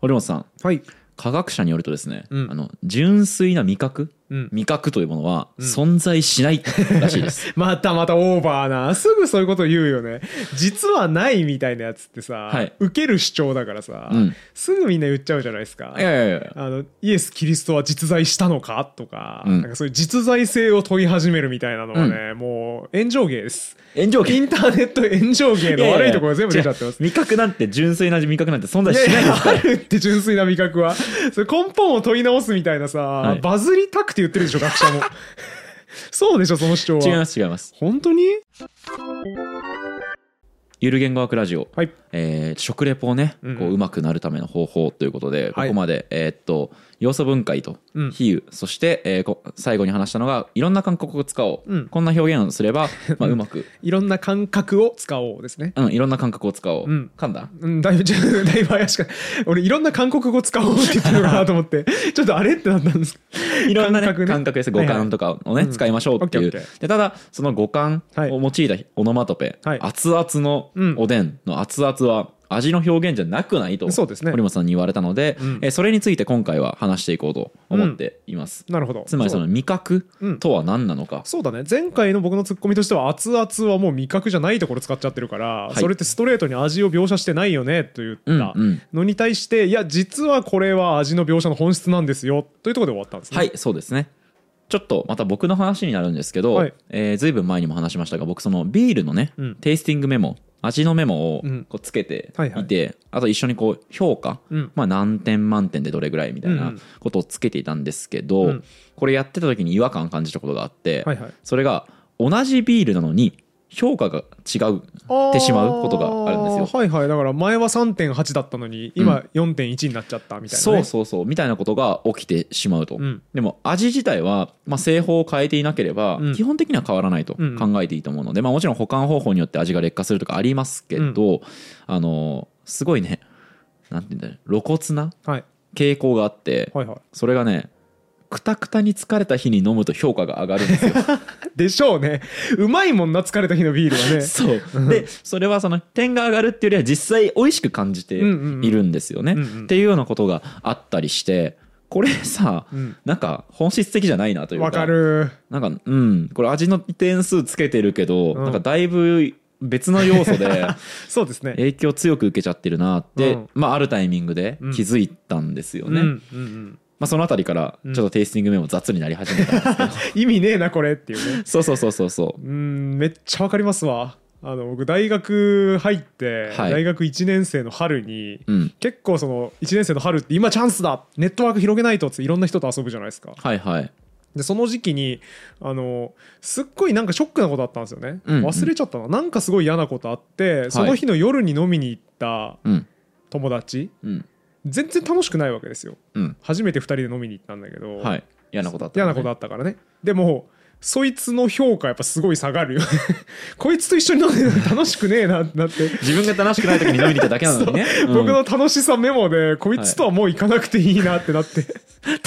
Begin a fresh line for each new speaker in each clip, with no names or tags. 堀本さん
はい。
科学者によるとですね、
うん
あの純粋な味覚
うん。
味覚というものは存在しないらしい です、
またまたオーバーな。すぐそういうこと言うよね。実はないみたいなやつってさ、
はい
受ける主張だからさ、
うん
すぐみんな言っちゃうじゃないですか。
いやいやいや
あのイエス・キリストは実在したのかとか,、
うん
なんかそういう実在性を問い始めるみたいなのはね、もう炎上芸です
炎上
インターネット炎上芸の悪いところが全部出ちゃってます
いやいや違う味覚なんて純粋な味覚なんて存在
いや
しない
い
で
や
すか
あ
ら
るって純粋な味覚はそれ根本を問い直すみたいなさ、
い
バズりたくて言ってるでしょ学 者もそうでしょその主張
違い
は
ます違います
本当に
ゆる言語学ラジオ、
はい
えー食レポをね
うん
こううまくなるための方法ということで、
はい
ここまで、えーっと要素分解と
うん
比喩、そして、えーこ最後に話したのがいろんな韓国語を使おう、
うん
こんな表現をすれ ば、まあ、うまく、
いろんな感覚を使おうですね
うん、いろんな感覚を使おう、
うん
噛んだ
うん、だいぶ、ちょっ とだいぶ怪しかった。俺、いろんな韓国語使おうって言ったのかなと思って、 ちょっとあれってなったんです
いろんな、ね、
感
感覚
覚ね
です五感とかをね、
うん
使いましょうってい
オ
う
ッケーオッケ
でただその五感
はい
を用いたオノマトペ、
はい
熱々の
うん
おでんの熱々は味の表現じゃなくないと
そうですね
堀本さんに言われたので、
うん
えーそれについて今回は話していこうと思っています、
なるほど。
つまりその味覚
うん
とは何なのか、
そうだね前回の僕のツッコミとしては熱々はもう味覚じゃないところ使っちゃってるから、
い
それってストレートに味を描写してないよねと言った
うんうん
のに対して、いや実はこれは味の描写の本質なんですよというところで終わったんですね。
はいそうですねちょっとまた僕の話になるんですけど、
はい
えーずいぶん前にも話しましたが僕そのビールのね、
うん
テイスティングメモ味のメモを
うん
こうつけていて、
はいはい
あと一緒にこう評価、
うん
まあ、何点満点でどれぐらいみたい
うんう
なんことをつけていたんですけど、
うん
これやってた時に違和感感じたことがあって、
はいはい
それが同じビールなのに評価が違うってしまうことがあるんですよ
あ。ーはいはいだから前は3.8だったのに今4.1になっちゃったみたいな、
そ
ね
うそうそうみたいなことが起きてしまうと、
うん
でも味自体は、まあ、製法を変えていなければ
うん
基本的には変わらないと
うん
考えていいと思うので、まあ、もちろん保管方法によって味が劣化するとかありますけど、あのすごいねなんて言うんだろう露骨な
はい
傾向があって
はいはい
それがねくたくたに疲れた日に飲むと評価が上がるんです よ。
でしょうねうまいもんな疲れた日のビールは ね
そうでそれはその点が上がるっていうよりは実際美味しく感じているんですよね。
うんうんうん
っていうようなことがあったりしてこれさ、
うん
なんか本質的じゃないなというか
わかる
なんかうんこれ味の点数つけてるけど、
うん
なんかだいぶ別の要素 で
そうですね
影響強く受けちゃってるなって、
うん
まあ、あるタイミングで気づいたんですよね。
うんうんうん、
まあ、そのあたりからちょっとテイスティングメモ雑になり始めたんですけど
意味ねえなこれっていうね
そうそうそうそうそう
うーんめっちゃわかりますわあの僕大学入って、
はい
大学1年生の春に、
うん
結構その1年生の春って今チャンスだネットワーク広げないとっつっていろんな人と遊ぶじゃないですか
はいはい
でその時期にあのすっごいなんかショックなことあったんですよね、
うんうん
忘れちゃったななんかすごい嫌なことあってその日の夜に飲みに行った
うん
友達、
うん
全然楽しくないわけですよ
うん
初めて2人で飲みに行ったんだけど、
はい嫌なことあった、
嫌なことあったからねでもそいつの評価やっぱすごい下がるよ ねこいつと一緒に飲んでるの楽しくねえなってなって、
自分が楽しくない時に飲みに行っただけなのに ね、うん
僕の楽しさメモでこいつとはもう行かなくていいなってなって、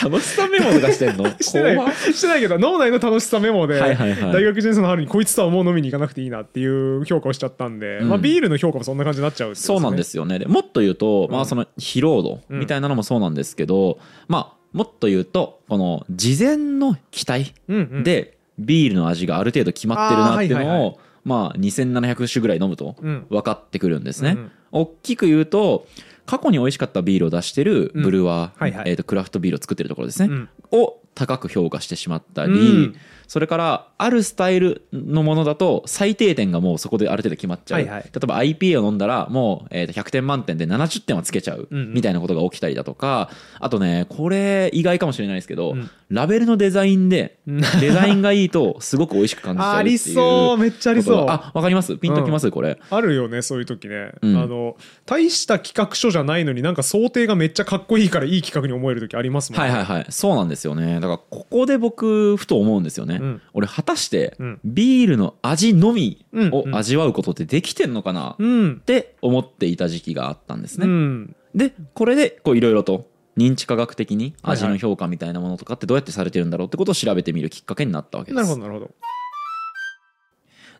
楽しさメモとか してんの
してない
怖っ
してないけど脳内の楽しさメモで
はいはいはい
大学1年生の春にこいつとはもう飲みに行かなくていいなっていう評価をしちゃったんで、
うん
まあ、ビールの評価もそんな感じになっちゃうってこと
そうなんですすよねでもっと言うと、ま
う
あ
ん
その疲労度みたいなのもそうなんですけど、まあもっと言うとこの事前の期待
ね、うんうん、
でビールの味がある程度決まってるなっていうのを
あーはいはいは
まあ2700種ぐらい飲むと
うん
分かってくるんですね、
うんうん
大きく言うと過去に美味しかったビールを出してるブルワー、
うんはいはい
えー、とクラフトビールを作ってるところですね、
うん
を高く評価してしまったり、
うん
それからあるスタイルのものだと最低点がもうそこである程度決まっちゃう、
はいはい
例えば IPA を飲んだらもう、えー、と100点満点で70点はつけちゃう
うんうん
みたいなことが起きたりだとか、あとねこれ意外かもしれないですけど、
うん
ラベルのデザインで
うん
デザインがいいとすごく美味しく感じちゃう
あ
っていう
りそうめっちゃありそう
あわかりますピンときます、これ
あるよねそういう時ね、
うん
あの大した企画書じゃないのになんか想定がめっちゃかっこいいからいい企画に思える時ありますもん
はいはいはいそうなんですよねだからここで僕ふと思うんですよね、
うん
俺果たして
うん
ビールの味のみを
うん
味わうことってできてんのかなっ
うん
て思っていた時期があったんです
う
ね、
ん
でこれでこういろいろと認知科学的に味
はいは
の
い
評価みたいなものとかってどうやってされてるんだろうってことを調べてみるきっかけになったわけです
なるほどなるほど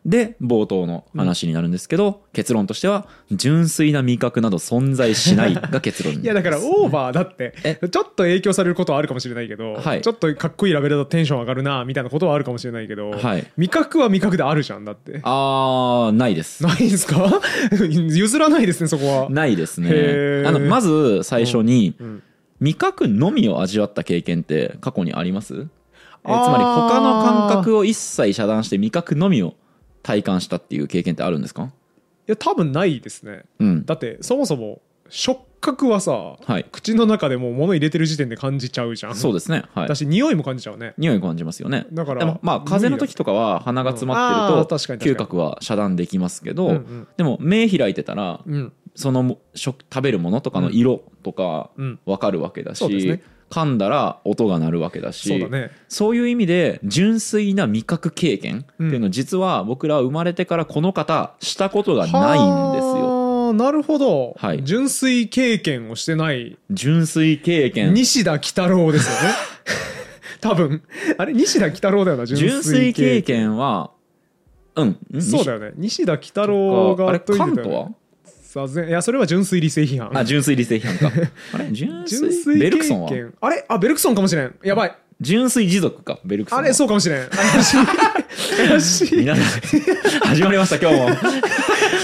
で冒頭の話になるんですけど、結論としては純粋な味覚など存在し ないが結論
いやだから
です
オーバーだって
え
ちょっと影響されることはあるかもしれないけど、
はい
ちょっとかっこいいラベルだとテンション上がるなみたいなことはあるかもしれないけど、
はい
味覚は味覚であるじゃんだって
あーないです
ないんすか 譲らないですねそこは
ないですね
へー
あのまず最初に
うん
味覚のみを味わった経験って過去にありますえ
あー
つまり他の感覚を一切遮断して味覚のみを体感したっていう経験ってあるんですか
いや多分ないですね
うん
だってそもそも触覚はさ、
はい
口の中でもう物入れてる時点で感じちゃうじゃん
そうですねはい
だし匂いも感じちゃうね
匂い感じますよね
だから
でもまあ風邪の時とかは鼻が詰まって
うんあ
る
ー
と
確かに確かに
嗅覚は遮断できますけど、
うんうん
でも目開いてたら
うん
その食食べるものとかの色とか
うん
分かるわけだし、
そうですね
噛んだら音が鳴るわけだし
そうだね
そういう意味で純粋な味覚経験っていうのを実は僕ら生まれてからこの方したことがないんですよ。
はあなるほど、
はい
純粋経験をしてない
純粋経験
西田喜太郎ですよ ね多分あれ西田喜太郎だよな
純
純
粋
粋
経
経験
験はうんん
そうだよね西田喜太郎
あ
が
れ
解い
関
てたよ
東
ね
は
さぜいやそれは純粋理性批判
あ純粋理性批判 かあれ純粋
純粋
ベ
経
ルクソンは
験あれあベルクソンかもしれんやばい
純粋持続かベルクソン
あ
は
れそうかも しれん怪しい怪しい
皆 さん始まりました今日も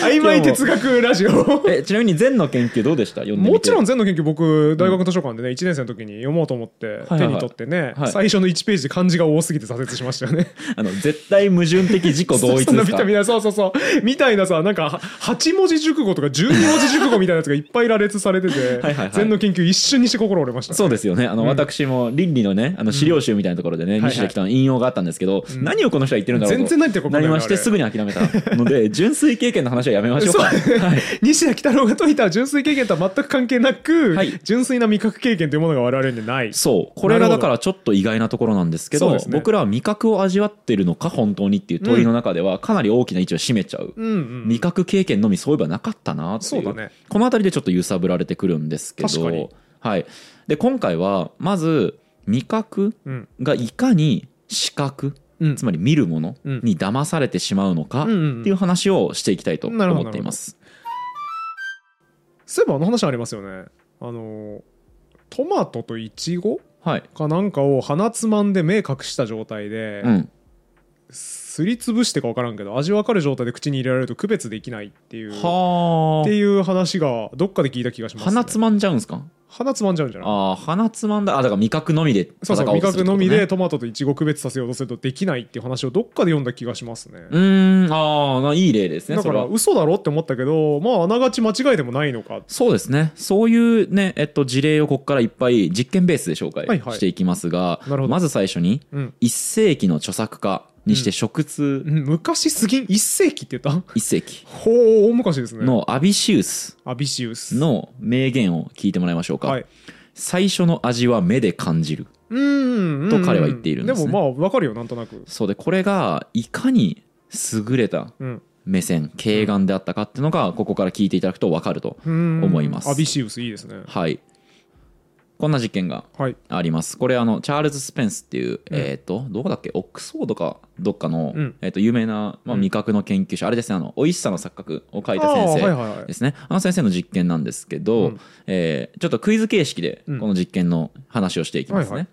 曖昧哲学ラジオ
えちなみに禅の研究どうでした読んでみて
もちろん
ん
全の研究僕大学図書館でね1年生の時に読もうと思って
はい
手に取ってね
はい
最初の1ページで漢字が多すぎて挫折し ましたよね。
あの絶対矛盾的自己同一
そんな
です
み
か
たいなそうそうそうみたいなさなんか8文字熟語とか12文字熟語みたいなやつがいっぱい羅列されてて
はいはい
禅の研究一瞬にして心折れました。
そうですよねあの、私も倫理のねあの資料集みたいなところでね、
んはいはい
西田北の引用があったんですけど、何をこの人は言ってるんだろうと
全然何言ってるか分か
なん
な
り
い
まして
あれ
すぐに諦めたので純粋経験の話はやめましょうか
そう
はい、
西田喜太郎が解いた純粋経験とは全く関係なく、
はい
純粋な味覚経験というものが我々にない
そうこれがだからちょっと意外なところなんですけど
そうですね
僕らは味覚を味わってるのか本当にっていう問いの中ではかなり大きな位置を占めちゃう、
うんうん
味覚経験のみそういえばなかったなっていう
そうだね
この辺りでちょっと揺さぶられてくるんですけど
確かに
はい、で今回はまず味覚
うん
がいかに視覚
うん
つまり見るもの
うん
に騙されてしまうのかっ
うんうん
ていう話をしていきたいと
なるほど
思っています。
そういえばあの話ありますよねあのトマトとイチゴ
はい、
かなんかを鼻つまんで目隠した状態で、
うん、
すりつぶしてか分からんけど味分かる状態で口に入れられると区別できないっていうっ
は
て
あ
いう話がどっかで聞いた気がします、ね、
鼻つまんじゃうんですか
鼻つまんじゃうんじゃない
ああ鼻つまんだあだから味覚のみで
そ
戦
うそう
おう
味
とす
覚
るってこと
の
ね
みでトマトとイチゴを区別させようとするとできないっていう話をどっかで読んだ気がしますね、
うーんああないい例ですね
だ
そ
か
れ
ら
は
嘘だろって思ったけどまああながち間違いでもないのか
そうですねそういうねえっと事例をここからいっぱい実験ベースで紹介
はいはい
していきますが、
なるほど
まず最初に
うん、
一世紀の著作家にして食通
うん昔すぎん1世紀って言った
一世紀
ほう大昔ですね
のアビシウス
アビシウス
の名言を聞いてもらいましょうか、
はい
最初の味は目で感じる
うん
と彼は言っているんですね
でもまあわかるよなんとなく、
そうでこれがいかに優れた
うん
目線軽眼であったかっていうのがここから聞いていただくと分かると
うん
思います
アビシウスいいですね
はいこんな実験が
はい
ありますこれあのチャールズ・スペンスっていう、えっ、とどこだっけオックスフォードかどっかの、
うん
えー、と有名な、まあ、
うん
味覚の研究者、あれですねあの美味しさの錯覚を書いた
あ
先
ーはい
生
はいはい
ですねあの先生の実験なんですけど、
うん
えーちょっとクイズ形式で
うん
この実験の話をしていきますね、
はいはい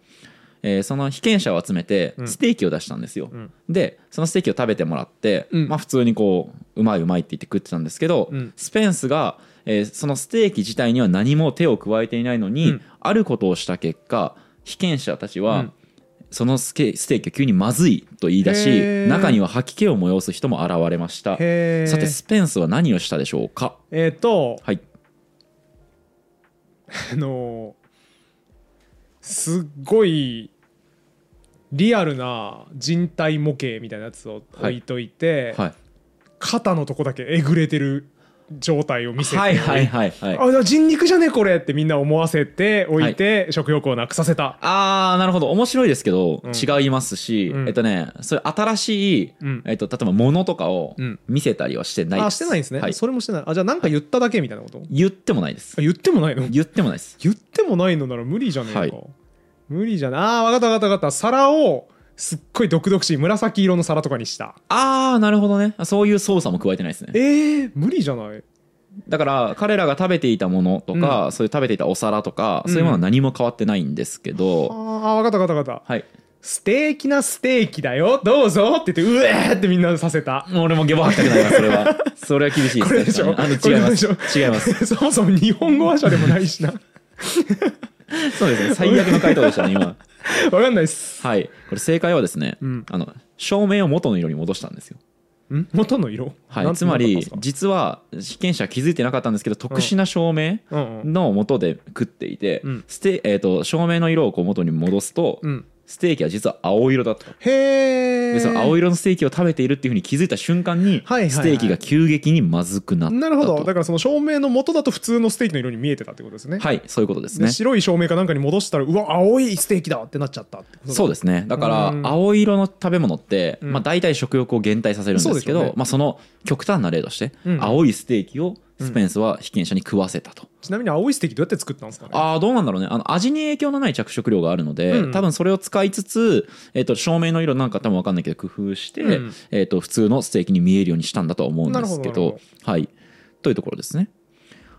えーその被験者を集めて
うん
ステーキを出したんですよ、
うん
でそのステーキを食べてもらって、
うん
まあ、普通にこううまいうまいって言って食ってたんですけど、
うん
スペンスが、えーそのステーキ自体には何も手を加えていないのに、
うん
あることをした結果被験者たちは、
うん
そのスケステーキを急にまずいと言い出し
へー
中には吐き気を催す人も現れました
へー
さてスペンスは何をしたでしょうか
えっ、と
はい
あのーすっごいリアルな人体模型みたいなやつを置いといて、
はい
肩のとこだけえぐれてる状態を見せて、
はいはいはいはい
あだから人肉じゃねえこれってみんな思わせておいて、食欲をなくさせた
あーなるほど面白いですけど、
うん
違いますし、
うん
えっとねそれ新しい、
うん
えっと、例えば物とかを
うん
見せたりはしてないです、
あしてないんですね、
はい、
それもしてないあじゃあなんか言っただけみたいなこと、
言ってもないです
あ言ってもないの
言ってもないです
言ってもないのなら無理じゃねえか、
はい
無理じゃないあー分かった分かった分かった皿をすっごい毒々しい紫色の皿とかにした
ああなるほどねそういう操作も加えてないですね
えー、無理じゃない
だから彼らが食べていたものとか、そういう食べていたお皿とか、そういうものは何も変わってないんですけど、
ああ分かった分かった分かった
はい
ステーキなステーキだよどうぞって言ってうえーってみんなさせた
俺もゲボ吐きたくなりますそれはそれは厳しい
これでしょ
確かに
これ
あの違いま
でし
す
ょ
違います
そもそも日本語話者でもないしな
そうですね最悪の回答でしたね今
分かんないっす
はいこれ正解はですね、
うん
あの照明を元の色に戻したんですよ
ん元の色
は、
ないん
つま
なんだ
り
ったんです
実は被験者は気づいてなかったんですけど特殊な照明
かうんうん
の元で食っていて、
うん
ステえー、と照明の色をこう元に戻すと、
うん
ステーキは実は青色だった
へえ
でその青色のステーキを食べているっていうふうに気づいた瞬間に、
はいはいはい
ステーキが急激にまずくなったと
なるほどだからその照明の元だと普通のステーキの色に見えてたってことですね
はいそういうことです
で
ね
白い照明かなんかに戻したらうわ青いステーキだってなっちゃったってことだ
そうですねだか
うん
ら青色の食べ物って、
うん
まあ、大体食欲を減退させるんですけど
そう
そ
ですよね
まあ、その極端な例として、
うん
青いステーキをスペンスは被験者に食わせたと、
ちなみに青いステーキどうやって作ったんですかね
あーどうなんだろうねあの味に影響のない着色料があるので、
うん
多分それを使いつつ、えっと照明の色なんか多分分かんないけど工夫して、
うん
えっと普通のステーキに見えるようにしたんだとは思うんです
な
け
るほどな
ど
る
はいというところですね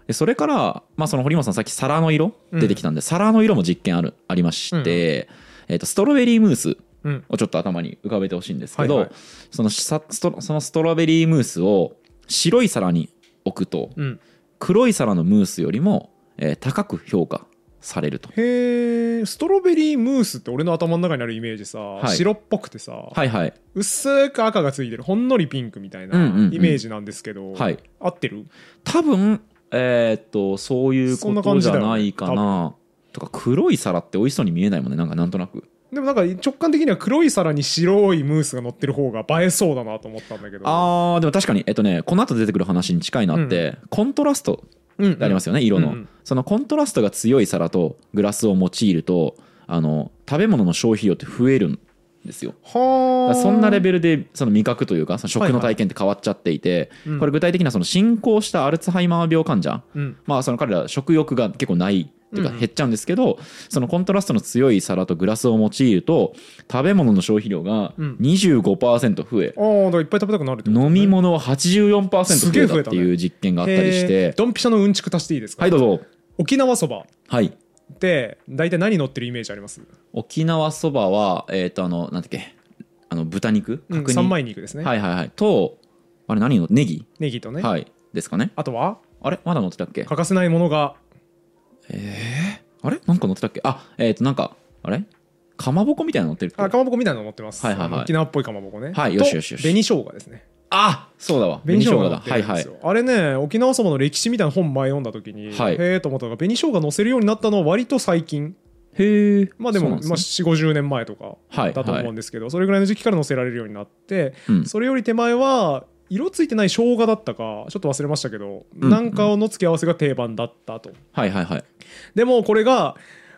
でそれから、まあ、その堀本さんさっき皿の色
うん
出てきたんで、皿の色も実験あるありまして、えっとストロベリームース
うん
をちょっと頭に浮かべてほしいんですけど、
はいはい
そのさストそのストロベリームースを白い皿に置くと、
うん
黒い皿のムースよりも、えー高く評価されると。
へえストロベリームースって俺の頭の中にあるイメージさ、
い
白っぽくてさ、
はいはい
薄く赤がついてるほんのりピンクみたいな
うんうんうん
イメージなんですけど、
はい
合ってる
多分えーっとそういう
そん
こ
な感
と
じ
じゃ
だよね
ないかなとか黒い皿って美味しそうに見えないもんねなんかなんとなく
でもなんか直感的には黒い皿に白いムースが乗ってる方が映えそうだなと思ったんだけど
あーでも確かにえっとねこの後出てくる話に近いなって、コントラスト
うんうん
ってありますよね色の、
うんうん
そのコントラストが強い皿とグラスを用いるとあの食べ物の消費量って増えるんですよだか
はあ
らそんなレベルでその味覚というかその食の体験って変わっちゃっていて、
うん
これ具体的にはその進行したアルツハイマー病患者、
うん
まあ、その彼ら食欲が結構ないというか
うんうん
減っちゃうんですけど、そのコントラストの強い皿とグラスを用いると食べ物の消費量が
うん
25%増え、
あーだからいっぱい食べたくなるってことね
飲み物は84%増えたっていう実験があったりし
へー
て、
ドンピシャのうんちく足していいですか、
はいどうぞ
沖縄そばっ
はい
て大体何乗ってるイメージあります、
沖縄そばはえっ、とあのなんだっけあの豚肉
うん、
角煮
三枚肉ですね、
はいはいはいとあれ何のネギ、
ネギとね、
はいですかね
あとは
あれまだ乗ってたっけ
欠かせないものが
あれなんか乗ってたっけあえっ、となんかあれかまぼこみたいなの乗ってるっけ
あかまぼこみたいなの乗ってます、
はいはいはい
沖縄っぽいかまぼこね
はい
と
よしよしよし
紅生姜ですね
あそうだわ
紅生姜
紅
が乗
だ
って
は
る
い
んで
はい
すよ、あれね沖縄そばの歴史みたいな本前読んだ時に、
はい
へえと思ったのが紅生姜乗せるようになったのは割と最近
へえ
まあでも、まあ、4 5 0年前とか
はい
だと
はい
思うんですけど、それぐらいの時期から乗せられるようになって、
うん
それより手前は色ついてない生姜だったかちょっと忘れましたけど、
うん
なんかの付け合わせが定番だったと
はいはいはい
でもこれが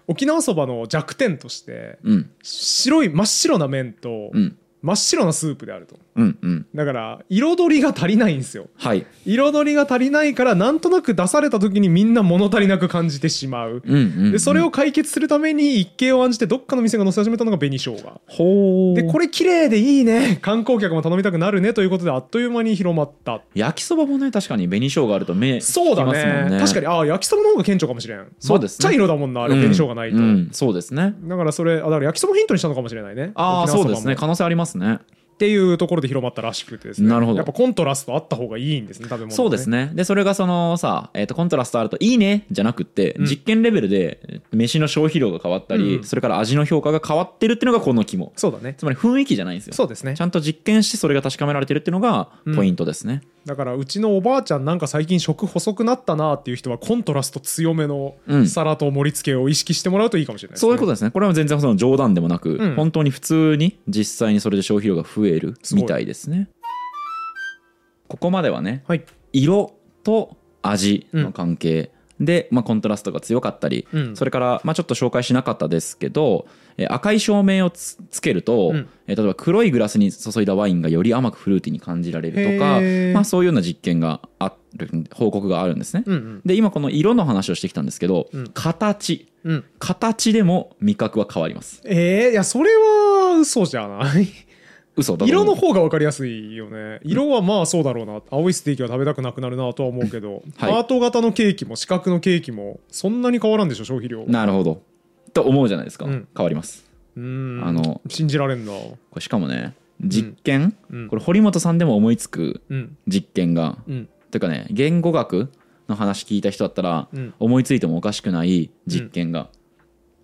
沖縄そばの弱点として
うん
白い真っ白な麺と
うん
真っ白なスープであると
うんうん
だから彩りが足りないんですよ
はい
彩りが足りないからなんとなく出された時にみんな物足りなく感じてしまう
うんうんうん
でそれを解決するために一計を案じてどっかの店が載せ始めたのが紅生姜
ほう
でこれ綺麗でいいね観光客も頼みたくなるねということであっという間に広まった
焼きそばもね確かに紅生姜あると目
そうだ
きますも
ね
んね
確かにああ焼きそばの方が顕著かもしれん
そうですね
抹茶色だもんなあれ
うん
紅生姜ないと、
うんそうですね
だからそれあだから焼きそばヒントにしたのかもしれないね
ああ
沖縄
そう
ば
で
も
すね可能性ありますね
っていうところで広まったらしくてですね
なるほど
やっぱコントラストあった方がいいんですね食べ物、ね、
そうですねでそれがそのさ、えー、とコントラストあると「いいね」じゃなくって、
うん
実験レベルでえー飯の消費量が変わったり、
うん
それから味の評価が変わってるっていうのがこの肝
そうだね
つまり雰囲気じゃないんですよ
そうですね
ちゃんと実験してそれが確かめられてるっていうのがポイントですね、
だからうちのおばあちゃんなんか最近食細くなったなっていう人はコントラスト強めの
うん
皿と盛り付けを意識してもらうといいかもしれないです、ね
そういうことですねこれは全然その冗談でもなく、
うん
本当に普通に実際にそれで消費量が増える
すごい
みたいですねここまではね
はい
色と味の関係で、まあ、コントラストが強かったり、
うん
それから、まあ、ちょっと紹介しなかったですけど、えー赤い照明をつつけると、
うん
えー例えば黒いグラスに注いだワインがより甘くフルーティーに感じられるとか
へー、
まあ、そういうような実験がある報告があるんですね。
うんうん
で今この色の話をしてきたんですけど、
うん
形
うん
形でも味覚は変わります。
えー、いやそれは嘘じゃ ない
嘘だと
色
思
の
う
方が分かりやすいよね色はまあそうだろうな青いステーキは食べたくなくなるなとは思うけど、
はい
ハート型のケーキも四角のケーキもそんなに変わらんでしょ消費量
なるほどと思うじゃないですか、
うん
変わります
うーん
あの
信じられんな
これしかもね実験、
うん
これ堀本さんでも思いつく
うん
実験が、
うん
というかね言語学の話聞いた人だったら、
うん
思いついてもおかしくない実験が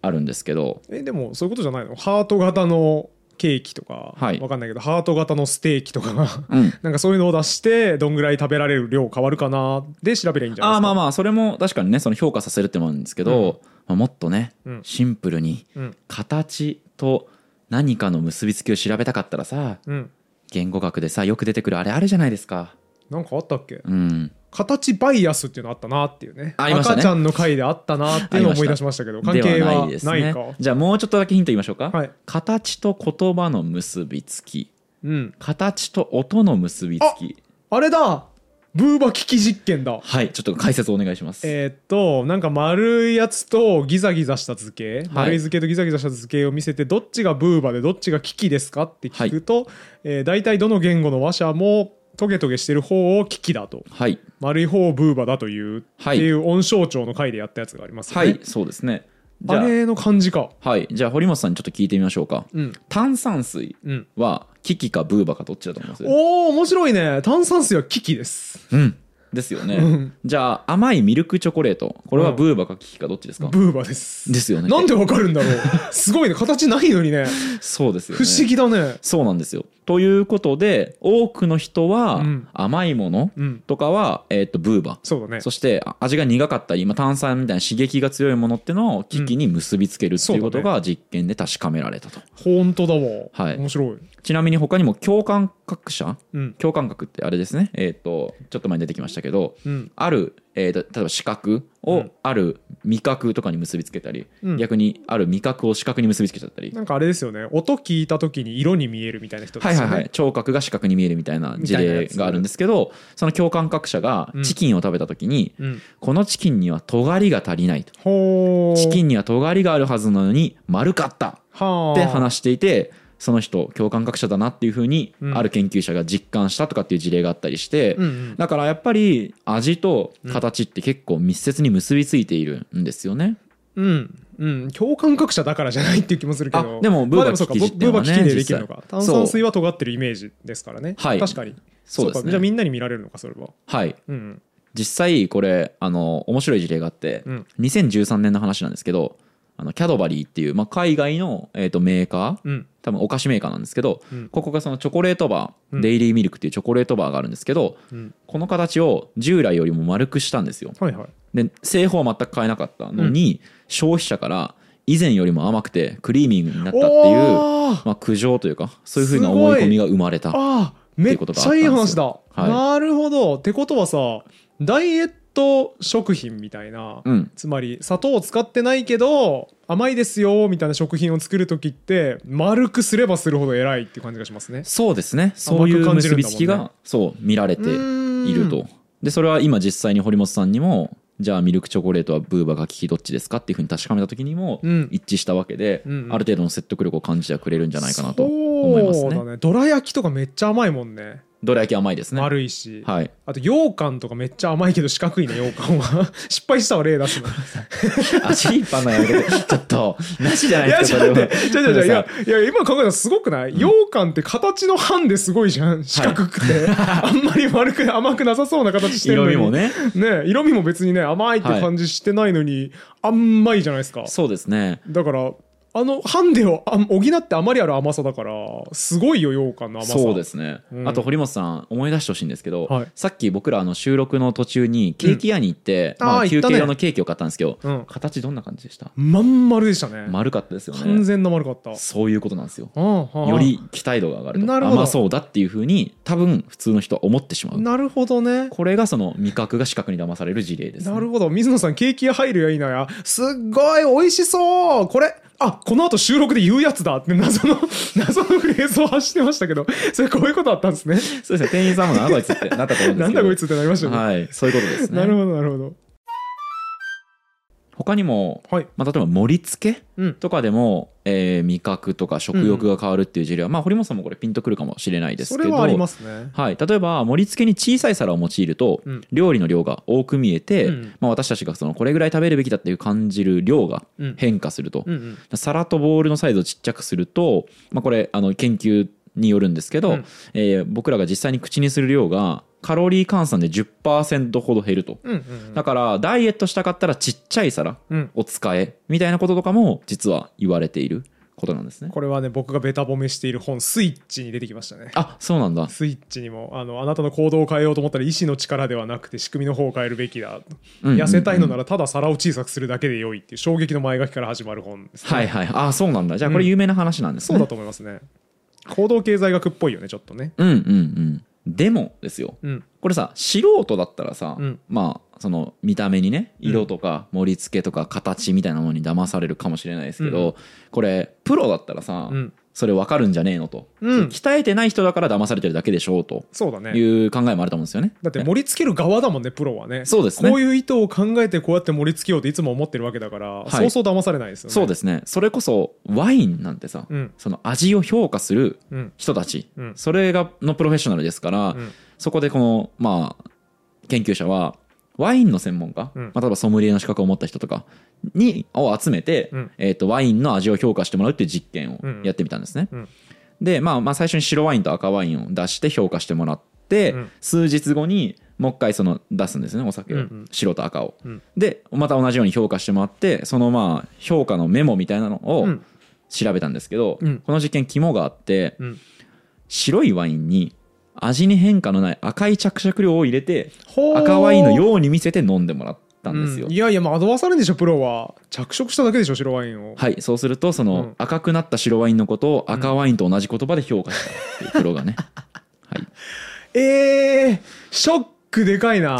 あるんですけど、
えでもそういうことじゃないのハート型のケーキとか、
はい
分かんないけどハート型のステーキとか
うん
なんかそういうのを出してどんぐらい食べられる量変わるかなで調べりゃいいんじゃない
ああ
ですか
まあまあそれも確かにねその評価させるってのもあるんですけど、まあ、もっとね、
うん
シンプルに
うん
形と何かの結びつきを調べたかったらさ
うん
言語学でさよく出てくるあれあるじゃないですか
なんかあったっけ
うん
形バイアスっていうのあったなっていうね
ありましたね
赤ちゃんの回であったなっていうのを思い出しましたけど関係
では
は
ないです
な
ね
いか
じゃあもうちょっとだけヒント言いましょうか、
はい
形と言葉の結びつき
うん
形と音の結びつき
あれだブーバ危機実験だ
はいちょっと解説お願いします、
えーっとなんか丸いやつとギザギザした図形、丸い図形とギザギザした図形を見せてどっちがブーバでどっちがキキですかって聞くと、えー大体どの言語の話者もトゲトゲしてる方をキキだと
はい
丸い方をブーバだという、
はい
っていう音象徴の回でやったやつがありますよ
は
ね、
いそうですねじ
あ
ゃ
れの感じか
あはいじゃあ堀本さんにちょっと聞いてみましょうか
うん
炭酸水
うん
はキキかブーバかどっちだと思います
おお面白いね炭酸水はキキです
うんですよね、
うん
じゃあ甘いミルクチョコレートこれはブーバかキキかどっちですか、
ブーバです
ですよね
なんでわかるんだろう すごいね形ないのにね
そうですよ
不
ね
思議だね
そうなんですよということで多くの人は
うん
甘いもの
うん
とかは、えー、とブーバ
そうだね
そしてあ味が苦かったり、まあ、炭酸みたいな刺激が強いものってのを機器に結びつけるっていうことが実験で確かめられたと、
本当だわ、
はい
面白い
ちなみに他にも共感覚者
うん
共感覚ってあれですねえっ、とちょっと前に出てきましたけど
うん
ある、えーと例えば視覚
う
を
ん
ある味覚とかに結びつけたり、
うん
逆にある味覚を視覚に結びつけちゃったり、
なんかあれですよね音聞いた時に色に見えるみたいな人で
はい
す
は
よ
い
ね、
はい、聴覚が視覚に見えるみたいな事
みたいな
例
やつ
があるんですけどその共感覚者が
うん
チキンを食べた時に、
うん、
このチキンには尖りが足りないと
ほー
チキンには尖りがあるはずなのに丸かった
は
って
あ
話していてその人共感覚者だなっていうふうに
うん
ある研究者が実感したとかっていう事例があったりして、
うんうん
だからやっぱり味と形って結構密接に結びついているんですよね。
うんうん共感覚者だからじゃないっていう気もするけど
あでもブーバ
まあでそうか
危機実験はね
ブーバ危機でできるのか
実際
炭酸水は尖ってるイメージですからね
はい
確かに
そうです
か
ね
じゃあみんなに見られるのかそれは
はい、
うん
実際これあの面白い事例があって、
うん
2013年の話なんですけどあのキャドバリーっていう、まあ、海外の、えー、とメーカー
うん
多分お菓子メーカーなんですけど、
うん
ここがそのチョコレートバー、
うん
デイリーミルクっていうチョコレートバーがあるんですけど
うん
この形を従来よりも丸くしたんですよ
はいはい
で製法は全く変えなかったのに、消費者から以前よりも甘くてクリーミーになったっていう、
おー
まあ、苦情というかそういうふうな思い込みが生まれた
ああ
て
め
いう
っ
ことがあっ
ち
たん
ゃ
で
い
す
い
よ
話だ、
い
なるほどってことはさダイエット食品みたいな、
うん
つまり砂糖を使ってないけど甘いですよみたいな食品を作る時って丸くすればするほど偉いっていう感じがしますね
そうですねそういう
甘く感じ
結
るんだもんね
びつきが、そう見られている
うー
とでそれは今実際に堀本さんにもじゃあミルクチョコレートはブーバが利きどっちですかっていうふうに確かめた時にも
うん
一致したわけで、
うんうん
ある程度の説得力を感じてはくれるんじゃないかなと思います
そう
ね
だねどら焼きとかめっちゃ甘いもんね
どら焼き甘いですね
丸いし、
はい
あと羊羹とかめっちゃ甘いけど四角いね羊羹は 失敗したわ例出すの
足一般なんやけどちょっとなしじゃない
いや
で
ち
す
ょ
か
っと
そ
待
れ
っ
は
て、ちょっと待っていやいや今考えたらすごくない、羊羹って形の半ですごいじゃん四角く て、あんまり丸く甘くなさそうな形してるの
色
に
味もね
ね色味も別にね甘いって感じしてないのに、甘いじゃないですか
そうですね
だからあのハンデをあ補ってあまりある甘さだからすごいよ羊羹の甘さ
そうですね、
うん
あと堀本さん思い出してほしいんですけど、
はい
さっき僕らあの収録の途中にケーキ屋に行って、
うん
ま
あ
あ、
ー
休
行った
憩
ね
用のケーキを買ったんですけど、
うん
形どんな感じでした
まん丸でしたね
丸かったですよ
完
ね
全な丸かったよ
そういうことなんですよより期待度が上がると
なるほど
甘そうだっていうふうに多分普通の人は思ってしまう
なるほどね
これがその味覚が視覚に騙される事例です、ね、
なるほど水野さんケーキ屋入るやいなやすっごい美味しそうこれあこの後収録で言うやつだって謎の 謎のフレーズを発してましたけどそれこういうことあったんですね
そうですね店員さんもなんだこいつって なったと思うんですけど
なんだこいつってなりましたよね、
はいそういうことですね
なるほどなるほど
他にも、
はい
まあ、例えば盛り付け
うん
とかでも、えー味覚とか食欲が変わるっていう事例は、まあ、堀本さんもこれピンとくるかもしれないです
そ
け
れ
ど
はありますね
はい、例えば盛り付けに小さい皿を用いると、
うん
料理の量が多く見えて、
うん
まあ、私たちがそのこれぐらい食べるべきだっていう感じる量が
うん
変化すると、
うんうん
皿とボールのサイズをちっちゃくすると、まあ、これあの研究によるんですけど、
うん
えー僕らが実際に口にする量がカロリー換算で10%ほど減ると、
うんうん
だからダイエットしたかったらちっちゃい皿
うん
を使えみたいなこととかも実は言われていることなんですね
これはね僕がベタ褒めしている本「スイッチ」に出てきましたね
あそうなんだ
スイッチにもあのあなたの行動を変えようと思ったら意思の力ではなくて仕組みの方を変えるべきだ、
うんうんうん
痩せたいのならただ皿を小さくするだけで良いっていう衝撃の前書きから始まる本ですね、
はいはいあそうなんだじゃあこれ有名な話なんです
そう
ね、
だと思いますね行動経済学っぽいよねちょっとね
うんうんうんでもですよ
うん
これさ素人だったらさ、
うん
まあその見た目にね
うん
色とか盛り付けとか形みたいなものに騙されるかもしれないですけ
うんう
ど、これプロだったらさ、
うん
それ分かるんじゃねえのと、
うん
鍛えてない人だから騙されてるだけでしょうと
そうだね
いう考えもあると思うんですよね
だって盛り付ける側だもんねプロはね
そうですね
こういう意図を考えてこうやって盛り付けようっていつも思ってるわけだから、
い
そうそう騙されないですよね
そう
で
ですねそれこそワインなんてさ、
うん
その味を評価する
うん
人たち、
うん
それがのプロフェッショナルですから、
うん
そこでこのまあ研究者はワインの専門家、
うん
まあ、例えばソムリエの資格を持った人とかにを集めて、
うん
えー、とワインの味を評価してもらうっていう実験を
うん
やってみたんですね、
うん
で、まあ、まあ最初に白ワインと赤ワインを出して評価してもらって、
うん
数日後にもう一回その出すんですねお酒を、
うんうん
白と赤を、
うん
でまた同じように評価してもらってそのまあ評価のメモみたいなのを
うん
調べたんですけど、
うん
この実験肝があって、
うん
白いワインに味に変化のない赤い着色料を入れて
ほー
赤ワインのように見せて飲んでもらったんですよ、
うんいやいや惑わされんでしょプロは着色しただけでしょ白ワインを
はいそうするとそうの
ん
赤くなった白ワインのことを赤ワインと同じ言葉で評価したっていうプロ がね
えー、ショックでか いな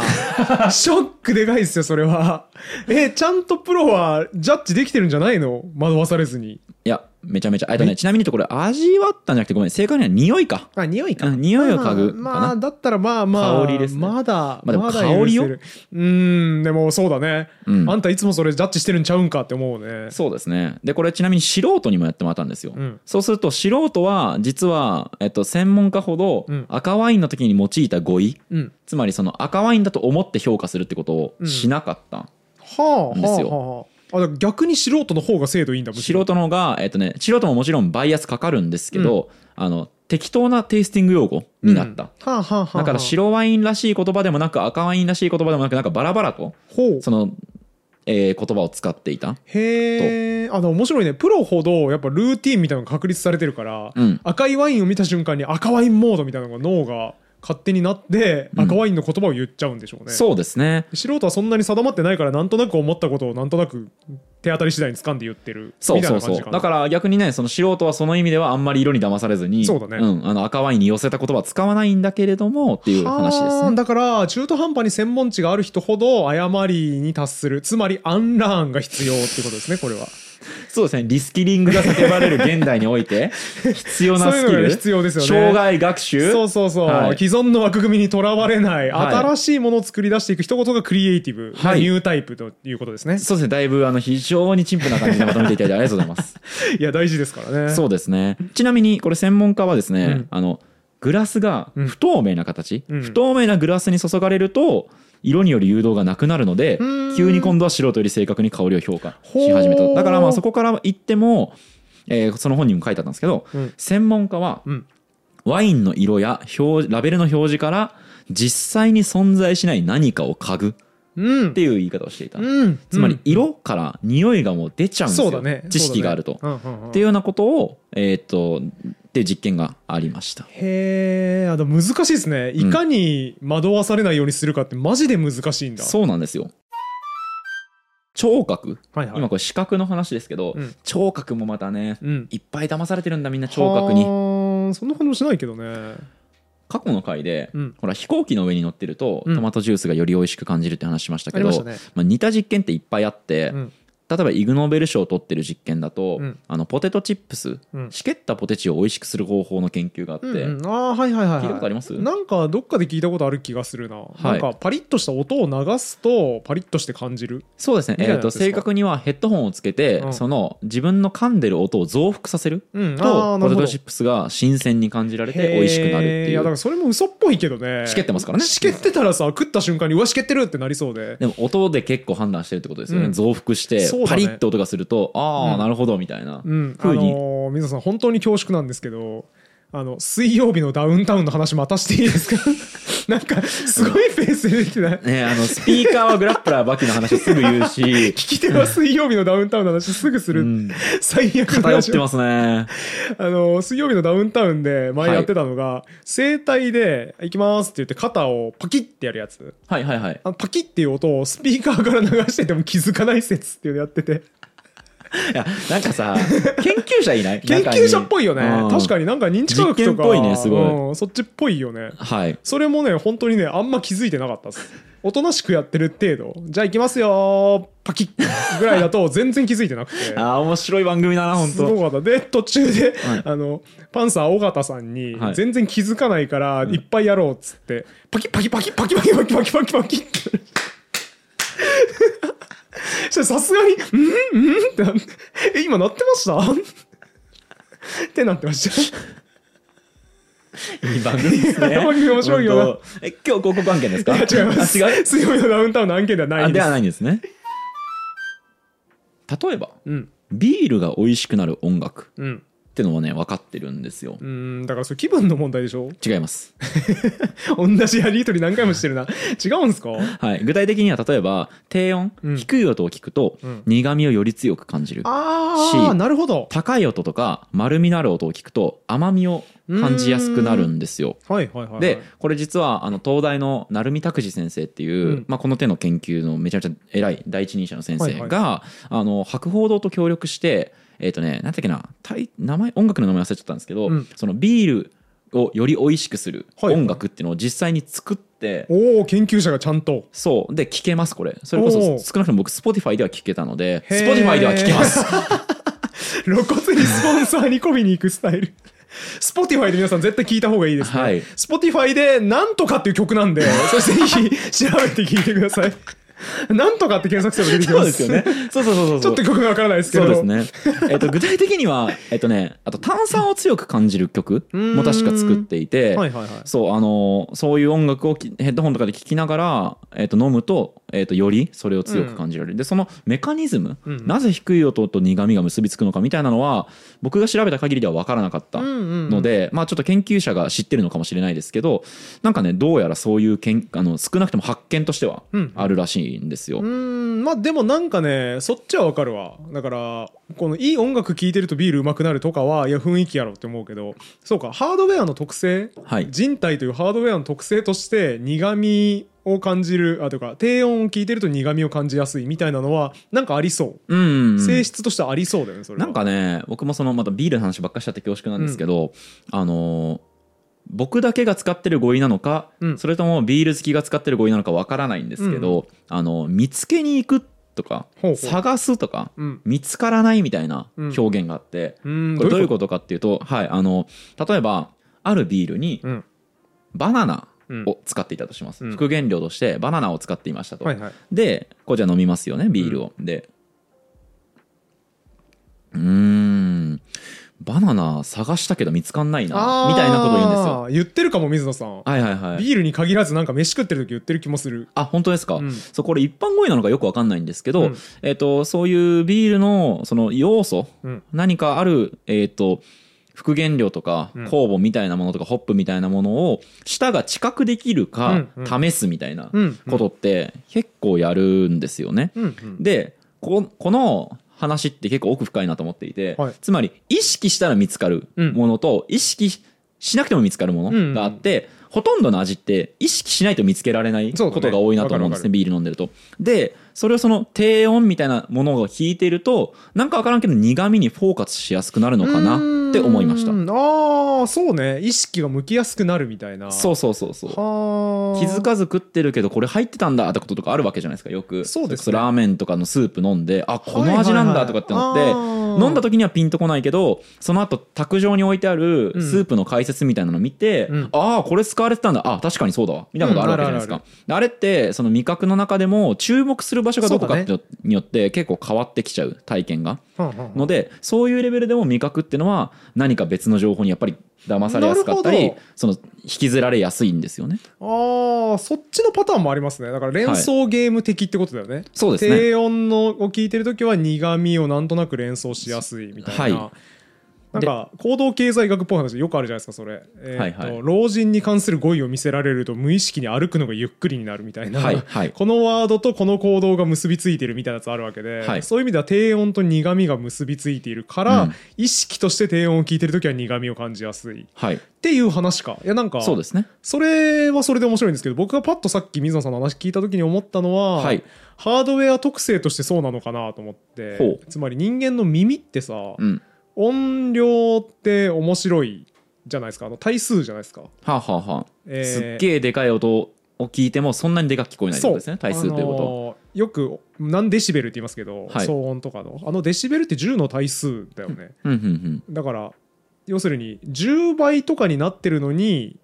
ショックでかいっすよそれはえちゃんとプロはジャッジできてるんじゃないの惑わされずに
いやめちゃめちゃあえっとねちなみにとこれ味わったんじゃなくてごめん正確には 匂いか
あ匂い
うん匂いを嗅ぐかな、
まあ、まあだったらまあまあ
香りですね
まだ
まあでも
だ
香りよ
許せるうーんでもそうだね、
うん
あんたいつもそれジャッジしてるんちゃうんかって思うね
そうですねでこれちなみに素人にもやってもらったんですよ、
うん
そうすると素人は実は、えっと、専門家ほど
うん
赤ワインの時に用いた語彙、
うん
つまりその赤ワインだと思って評価するってことをしなかった、
はあ
ですよ
はあはああだから逆に素人の方が精度いいんだむしろ
素人の方が、えっとね、素人ももちろんバイアスかかるんですけど、あの適当なテイスティング用語になった、
うんはあはあはあはあ
だから白ワインらしい言葉でもなく赤ワインらしい言葉でもなくなんかバラバラと
ほう
その、えー言葉を使っていた
へえあの面白いねプロほどやっぱルーティンみたいなのが確立されてるから、
うん
赤いワインを見た瞬間に赤ワインモードみたいなのが脳が勝手になって
うん
赤ワインの言葉を言っちゃうんでしょうね、
そうですね
素人はそんなに定まってないからなんとなく思ったことをなんとなく手当たり次第に掴んで言ってる
そ
み
う
たい
そう
な
そ
感じか
う
な
だから逆にねその素人はその意味ではあんまり色に騙されずに
そうだね
ん、あの赤ワインに寄せた言葉は使わないんだけれどもっていう話です
はー
ね
だから中途半端に専門知がある人ほど誤りに達するつまりアンラーンが必要ってことですねこれは
そうですねリスキリングが叫ばれる現代におい て必要なス
そう
キ
いうの
ル
が必要ですよね
障害学習
そうそうそう、
はい
既存の枠組みにとらわれない
はい
新しいものを作り出していく一言がクリエイティブ、
はい
ニュータイプということですね
そうですねだいぶあの非常に陳腐な感じでまとめていただいてありがとうございます
いや大事ですからね
そうですねちなみにこれ専門家はですね、
うん
あのグラスが不透明な形、
うん
不透明なグラスに注がれると色による誘導がなくなるので
うん
急に今度は素人より正確に香りを評価
ほう
し始めただからまあそこから言っても、えーその本にも書いてあったんですけど、
うん
専門家は
うん
ワインの色や表ラベルの表示から実際に存在しない何かを嗅ぐっ
うん
ていう言い方をしていた、
うん
つまり色から匂いがもう出ちゃうんです
そ
よ、
うだね
知識があると。
そうだねうんうんうん
っていうようなことを、えーっとで実験がありました。
へえあの難しいですねいかに惑わされないようにするかってマジで難しいんだ、
そうなんですよ聴覚
はいはい
今これ視覚の話ですけど、
うん
聴覚もまたね
うん
いっぱい騙されてるんだみんな聴覚に
はあそんな反応しないけどね
過去の回で、
うん
ほら飛行機の上に乗ってると
うん
トマトジュースがより美味しく感じるって話しました
あ
け
り
ど、
ましたね
まあ、似た実験っていっぱいあって、
うん
例えばイグ・ノーベル賞を取ってる実験だと、
うん
あのポテトチップス、
うん
しけったポテチを美味しくする方法の研究があって、
うんうん、あーはいはいはい、は
聞
い、
いたことあります
なんかどっかで聞いたことある気がするな、
い
なんかパリッとした音を流すとパリッとして感じる
そうですね、
いい
え
じゃな
ー、
いで
と
すか
正確にはヘッドホンをつけて、
うん
その自分の噛んでる音を増幅させる
うんあ
と
ーな
ポテ
るほ
ト
ど
チップスが新鮮に感じられて美味しくなるって
へー
い
やだか
う
らそれも嘘っぽいけどね
しけってますからね
しけってたらさ食った瞬間にうわしけってるってなりそうで
でも音で結構判断してるってことですよね、
うん
増幅して
そうだね
パリッて音がするとああ、
うん
なるほどみたいな、
うんあ
風に
のー皆さん本当に恐縮なんですけどあの水曜日のダウンタウンの話またしていいですか なんかすごいペースでできてない
ね、あのスピーカーはグラップラーバキの話をすぐ言うし
聞、き手は水曜日のダウンタウンの話すぐす
う
る、
ん、
最悪の
偏っ
話
てますね
あの水曜日のダウンタウンで前やってたのが、整体で「行きます」って言って肩をパキッてやるやつ
はいはいはい
あのパキッていう音をスピーカーから流してても気づかない説っていうのやってて
いやなんかさ研究者いない
研究者っぽいよね
中にうん
確かになんか認知科学とか
実験っぽいねすごい
うんそっちっぽいよね
はい
それもね本当にねあんま気づいてなかったですおとなしくやってる程度じゃあ行きますよーパキッぐらいだと全然気づいてなくて
あー面白い番組だな本
す
当
ごかったで途中で、
はい
あのパンサー尾形さんに
はい
全然気づかないからいっぱいやろうっつって、パキパキパキパキパキパキパキパキパキってそしたらさすがに「うんうん?」ってなって「え今鳴ってました?」ってなってました
いい番組ですね
番組面白いよな
本当え今日広告案件ですか
いや違います
あ違う
水曜日のダウンタウンの案件ではな
あ
い
で
です
はないんですね例えば
うん
ビールが美味しくなる音楽
うん
ってのはね分かってるんですよ
うんだからそれ気分の問題でしょ
違います、
同じやり取り何回もしてる な違うんすか
はい、具体的には例えば低音、
うん
低い音を聞くと、
うん
苦味をより強く感じる
ああ
し
なるほど
高い音とか丸みのある音を聞くと甘みを感じやすくなるんですよ
はいはいはいはい
でこれ実はあの東大の鳴海拓司先生っていう、
うん
まあ、この手の研究のめちゃめちゃ偉い第一人者の先生が、あの博報堂と協力してえっ、とね何だっけなタイ名前音楽の名前忘れちゃったんですけど、
うん
そのビールをより美味しくする
はいはい
音楽っていうのを実際に作って、
おお研究者がちゃんと
そうで聴けますこれそれこそ
おー
少なくとも僕 Spotify では聴けたので
へー
Spotify では聴けます
露骨にスポンサーに込みに行くスタイル Spotify で皆さん絶対聞いた方がいい ですね、
はい
Spotify で「なんとか」っていう曲なんでそしてぜひ調べて聞いてくださ いなんとかって検索すれば出てき
そ
ま
う
す
ですよねそうそうそうそう
ちょっと曲がわからないですけ
そ
ど
うですね。えっと具体的に はえっとねあと炭酸を強く感じる曲も確か作っていて、
はいはいはい
そうあのーそういう音楽をきヘッドホンとかで聴きながらえっと飲むとえっとよりそれを強く感じられる。でそのメカニズム、
うんうん
なぜ低い音と苦味が結びつくのかみたいなのは僕が調べた限りでは分からなかった。
うんうん
ので、まあ、ちょっと研究者が知ってるのかもしれないですけどなんかねどうやらそういうけんあの少なくとも発見としては
うん
あるらしいんですよ。
うーんまあでもなんかねそっちはわかるわだからこのいい音楽聴いてるとビールうまくなるとかはいや雰囲気やろって思うけどそうかハードウェアの特性、
はい
人体というハードウェアの特性として苦味を感じるあというか低音を聞いてると苦味を感じやすいみたいなのはなんかありそ
う
う、
んうんうん
性質としてはありそうだよねそれは
なんかね僕もそのまたビールの話ばっかりしちゃって恐縮なんですけど、あのー僕だけが使ってる語彙なのか、
うん
それともビール好きが使ってる語彙なのかわからないんですけど、あの見つけに行くとか
ほうほう
探すとか
うん
見つからないみたいな
うん
表現があって、
うーん
これどういう
こ
ことかっていうと、はい、あの例えばあるビールに
とうん
バナナ
うん
を使っていたとします、
うん
副原料としてバナナを使っていましたと、
はいはい
でこうじゃあ飲みますよねビールを、でうーんバナナ探したけど見つかんないなみたいなことを言うんですよ
あー言ってるかも水野さん、
はいはいはい
ビールに限らずなんか飯食ってる時言ってる気もする
あ本当ですか、
うん
そうこれ一般語彙なのかよくわかんないんですけど、
うん
えっとそういうビールのその要素、
うん
何かある、えっと復元料とか
うん
酵母みたいなものとかホップみたいなものを舌が知覚できるか
うん
試すみたいな
うん
ことって結構やるんですよね。
うんうん
でここの話って結構奥深いなと思っていて、
はい
つまり意識したら見つかるものと意識しなくても見つかるものがあって、ほとんどの味って意識しないと見つけられない
そ
こ
うだね
とが多いなと思うんですね
わかるわかる
ビール飲んでると。でそれをその低音みたいなものを弾いてるとなんか分からんけど苦味にフォーカスしやすくなるのかなって思いました
うーんああそうね意識が向きやすくなるみたいな
そうそうそうそう
はあ
気づかず食ってるけどこれ入ってたんだってこととかあるわけじゃないですかよく
そうですね
れこラーメンとかのスープ飲んであこの味なんだとかってなって、
はいはいはいあー
飲んだ時にはピンとこないけどその後卓上に置いてある
うん
スープの解説みたいなの見て、
うん
ああこれ使われてたんだあ確かにそうだわみたいなことあるわけじゃないですか、
うん
であれってその味覚の中でも注目する場所がどこかって
そ
によって結構変わってきちゃう体験が
はあはあ
のでそういうレベルでも味覚ってのは何か別の情報にやっぱり騙されやすかった
なる
り
ほど
その引きずられやすいんですよね
あーそっちのパターンもありますねだから連想ゲーム的ってことだよね、
そうですね
低音のを聞いてる時は苦味をなんとなく連想しやすいみたいな、
はい
なんか行動経済学っぽい話よくあるじゃないですかそれ、えーと
はいはい
老人に関する語彙を見せられると無意識に歩くのがゆっくりになるみたいな、
はいはい
このワードとこの行動が結びついてるみたいなやつあるわけで、
はい
そういう意味では低音と苦味が結びついているから、
うん
意識として低音を聞いてる時は苦味を感じやすいっ
はい
ていう話かいやなんか
そうですね
それはそれで面白いんですけど僕がパッとさっき水野さんの話聞いた時に思ったのは、
はい
ハードウェア特性としてそうなのかなと思って
ほう
つまり人間の耳ってさ、
うん
音量って面白いじゃないですかあの対数じゃないですか。
はあ、はあはあ
えー
すっげえでかい音を聞いてもそんなにでかく聞こえないってことですね対数という
あ
こ
のーよく何デシベルって言いますけど、
はい
騒音とかのあのデシベルって10の対数だよね。
とうんうん
だから要するに10倍とかになってるのに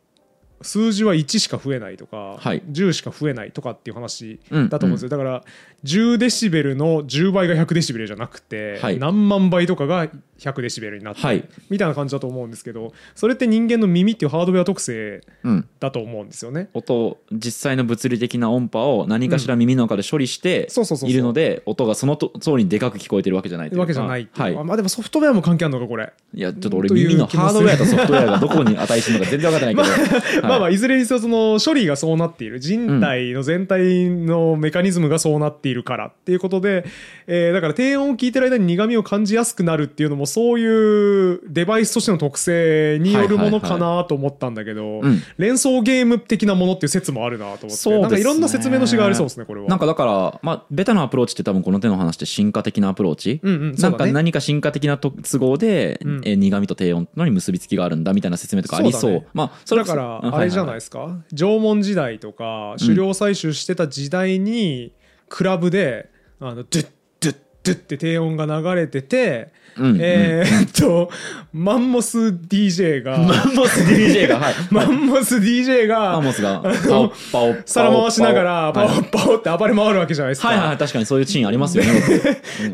数字は1しか増えないとか、
はい
10しか増えないとかっていう話
うん
だと思うんですよ、だから10デシベルの10倍が100デシベルじゃなくて、
はい
何万倍とかが100デシベルになって、
はい
みたいな感じだと思うんですけどそれって人間の耳っていうハードウェア特性
うんうん
だと思うんですよね。
音を実際の物理的な音波を何かしら耳の中で処理して
そうそうそうそう
いるので音がそのと通りにでかく聞こえてるわけじゃないというか
わけじゃないっていう
はい
あまあでもソフトウェアも関係あるのかこれ、
いやちょっと俺
という
耳の
気も
ハー
す
ドウ
る
ェアとソフトウェアがどこに値するのか全然分かってないけど
まあま
は
あ
い
いずれにせよその処理がそうなっている人体の全体のメカニズムがそうなっているからっていうことで、えーだから低音を聞いてる間に苦味を感じやすくなるっていうのもそういうデバイスとしての特性によるものかなと思ったんだけど、
うん
連想ゲーム的なものっていう説もあるなと思って、
そうですね
なんかいろんな説明のしがありそうですねこれは。
なんかだから、まあ、ベタなアプローチって多分この手の話って進化的なアプローチ、
うん うんそ
な
うんだね
か何か進化的なと都合で、
うん
えー苦味と低音のに結びつきがあるんだみたいな説明とかありそう
そうだね
まあそれ
だから
うん
あれじゃ
は
ない
は
ですか縄文時代とか狩猟採集してた時代にクラブであのドゥッドゥッドゥッって低音が流れてて
いうんうん
えーっとマンモス DJ が
マンモス DJ がはい
マンモス DJ
マン
が
モスがパオッパオッパオ
皿回しながらパ
は
オ
い
ッパオって暴れ回るわけじゃないです
はいはいは
か
い確かにそういうシーンありますよねよ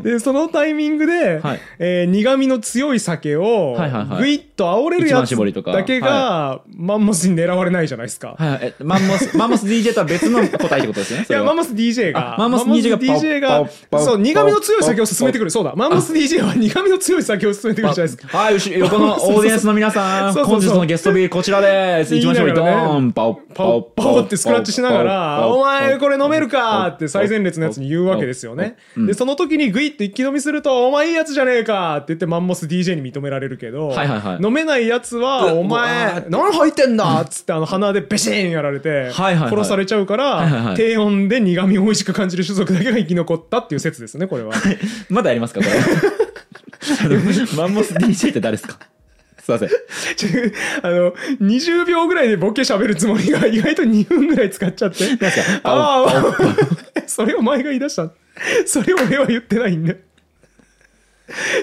く
でそのタイミングで
はい
えー苦味の強い酒を
はいはいはい
グイッと煽れる
一
や
番
つ
搾りとか
だけがマンモスに狙われないじゃないですか。
はいはいえマンモスマンモス DJ とは別の答えってことですよね
い
それ
や、
は
マンモス DJ が
あ、マンモス DJ が
DJ
パオパ
が
オパ、オ
そう、苦味の強い酒を
パオ
進めてくる。そうだ、マンモス DJ は苦味の強い酒を進めてくるじゃないですか。
はい、後ろ 横のオーディエンスの皆さん、
そうそ
本
うそう
日のゲストビールこちらです。
言い
一番
な
搾
がら
り
ね
ドーン、パオッ
パオッパオってスクラッチしながら、お前これ飲めるかって最前列のやつに言うわけですよね。で、その時にグイッと一気飲みすると、お前いいやつじゃねえかって言ってマンモス DJ に認められるけど
はいはいは、い
飲めないやつは、
う
お
も
前
う、
何入ってんだっつってあの鼻でベシーンやられて、
はいはいはい
殺されちゃうか
はいはいは
ら、
い
低温で苦味を美味しく感じる種族だけが生き残ったっていう説ですね、これは。
まだやりますか、これ。 マンモス DJ って誰ですかすいません。
ちょ あの、20秒ぐらいでボケ喋るつもりが意外と2分ぐらい使っちゃって。ああ、 それお前が言い出した。それ俺は言ってないんで。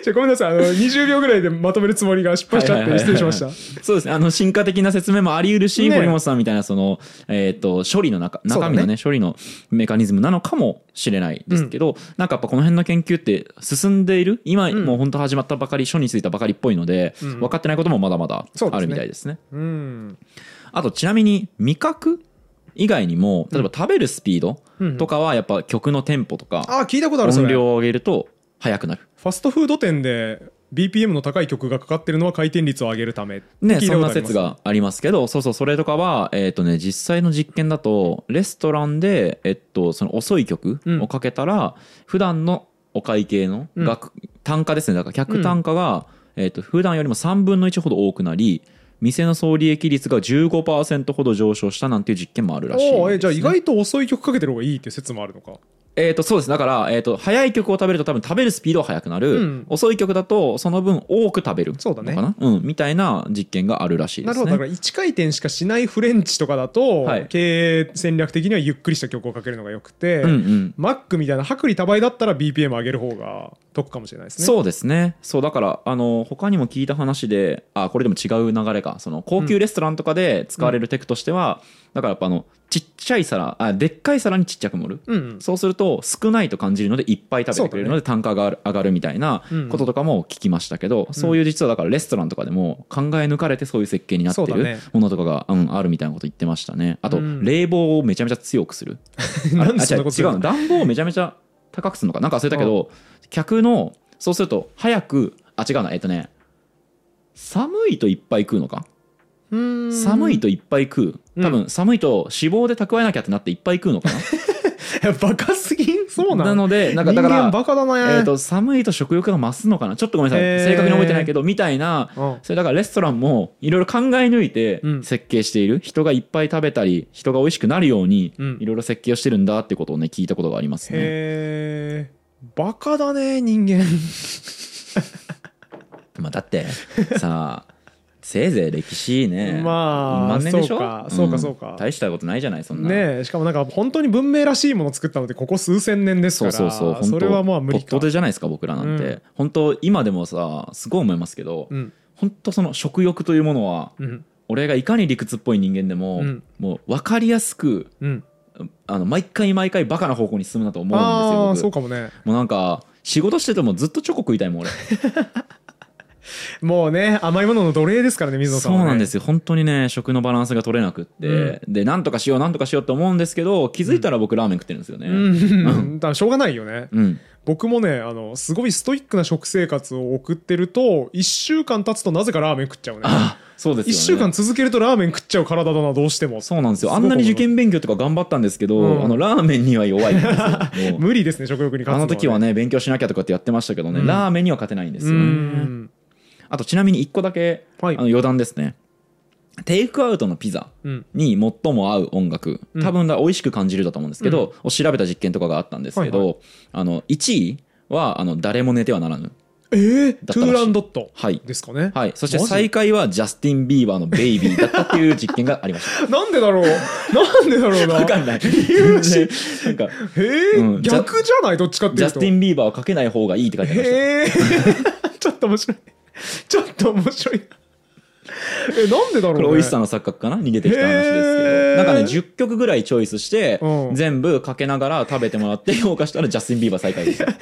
じゃごめんなさい。あの、20秒ぐらいでまとめるつもりが失敗しちゃって失礼しました。
そうですね。あの、進化的な説明もあり得るし、
ね
森本さんみたいな、その、えっ、と、処理の中、
そ
中
うだ
身
ね
のね処理のメカニズムなのかもしれないですけど、なんかやっぱこの辺の研究って進んでいる、今、
ん
もう本当始まったばかり、書についたばかりっぽいので、
ん
分かってないこともまだまだ
そうですね
あるみたいですね。
うん。
あとちなみに味覚以外にも例えば食べるスピードとかはやっぱ曲のテンポとか
ああ、聞いたことある、そ
音
れ。フ
量を上げると速くなる。
ァストフード店で BPM の高い曲がかかってるのは回転率を上げるため。
ね、
聞い
そ
た
んな
ことあります
説。がありますけどそうそうそれとかは、えっとね、実際の実験だとレストランで、えっと、その遅い曲
うん
をかけたら、普段のお会計の
うん
額、単価ですねだから客単価が、えっと普段よりも3分の1ほど多くなり店の総利益率が15%ほど上昇したなんていう実験もあるらしいですね、
おーえじゃあ意外と遅い曲かけてる方がいいっていう説もあるのか。
えー、とそうですだから、えー、と早い曲を食べると多分食べるスピードは速くなる、
うん
遅い曲だとその分多く食べる
そうだ
の
ね
かな、うん、みたいな実験があるらしい
な
です
るほどだか
ね。
ら1回転しかしないフレンチとかだと、
はい
経営戦略的にはゆっくりした曲をかけるのがよくて、
うんうん
マックみたいな薄利多売だったら BPM 上げる方が得かもしれないですね。
そうですねそうだからあの他にも聞いた話であこれでも違う流れかその高級レストランとかで使われるテクとしては、だからやっぱあのちっちゃい皿あでっかい皿にちっちゃく盛る、
うんうん
そうすると少ないと感じるのでいっぱい食べてくれるので単価が上がる上がるみたいな
うんうん
こととかも聞きましたけど、そういう実はだからレストランとかでも考え抜かれてそういう設計になって
そうだ
る
ね
ものとかが、うん、あるみたいなこと言ってましたねあと、
うん
冷房をめちゃめちゃ強くするあ
なんで
あ
そん
違
な
う
こと
違
言
うの
うの
暖房をめちゃめちゃ高くするのかなんか忘れたけど客のそうすると早くあ違うなえっとね寒いといっぱい食うのか
うーん
寒いといっぱい食う多
う
分寒いと脂肪で蓄えなきゃってなっていっぱい食うのかな
いやバカすぎんそう
な
なの
のでなんかだか
人間
ら
バカだね。
えー、と寒いと食欲が増すのかなちょっとごめんなさい、
へー
正確に覚えてないけどみたいな
うん
それだからレストランもいろいろ考え抜いて
うん
設計している、人がいっぱい食べたり人が美味しくなるように
うん
いろいろ設計をしてるんだってことをね聞いたことがありますね
へーバカだね人間
まあ、だってさあ せいぜい歴史ね
まあ
万年でしょ
そうかそうかそうか
ん大したことないじゃないそんな
ねえしかもなんか本当に文明らしいもの作ったのってここ数千年です
そ
か
う
ら
そうそう本当
それはまあ無理
ポ
か
ットでじゃないですか僕らなんて、
うん
本当今でもさすごい思いますけど、
うん
本当その食欲というものは
うん
俺がいかに理屈っぽい人間でも、
うん
もう分かりやすく
うん
あの毎回毎回バカな方向に進むなと思
あ
うん
あ
です
そ
よ
うかもね
僕もうなんか仕事しててもずっとチョコ食いたいもん俺
もうね甘いものの奴隷ですからね水野さ
そ
ん
う
は、ね、
なんですよ本当にね食のバランスが取れなくって、でなんとかしようなんとかしようって思うんですけど気づいたら僕ラーメン食ってるんですよね
うんうん、だからしょうがないよね
うん、
僕もねあのすごいストイックな食生活を送ってると1週間経つとなぜかラーメン食っちゃうね
あそうですよ
1
ね
週間続けるとラーメン食っちゃう体だなどうしても
そうなんですよ
す
あ
ごく
ん
思う
なに受験勉強とか頑張ったんですけど、
うん
あのラーメンには弱 いんですよもう
無理ですね食欲に勝つ
あの時は
ね
ね勉強しなきゃとかってやってましたけどね、
うん
ラーメンには勝てないんです
う
よね
ん
あとちなみに1個だけ、
はい
あの余談ですねテイクアウトのピザ
うん
に最も合う音楽
うん
多分だ美味しく感じるだと思うんですけど、を調べた実験とかがあったんですけど、
はい
あの1位はあの誰も寝てはならぬ
えー、
だったらしい
トゥーランドット
はい、
ですかね、
はい、そして
マジ
最下位はジャスティン・ビーバーの「ベイビー」だったっていう実験がありまし
なんでだろうなんでだろう
た
な
わかんない
由らしい
なんか
えー
うん
逆じゃないどっちかって
ジ
い
ャ
う
ス
と
ティン・ビーバーをかけない方がいいって書いてありました
へえちょっと面白いちょっと面白いえなんでだろう、
こ
ね、
れ美味しさの錯覚かなに出てきた話ですけ
へー
どなんかね10曲ぐらいチョイスして
うん
全部かけながら食べてもらって 評価したらジャスティン・ビーバー最下位でした
10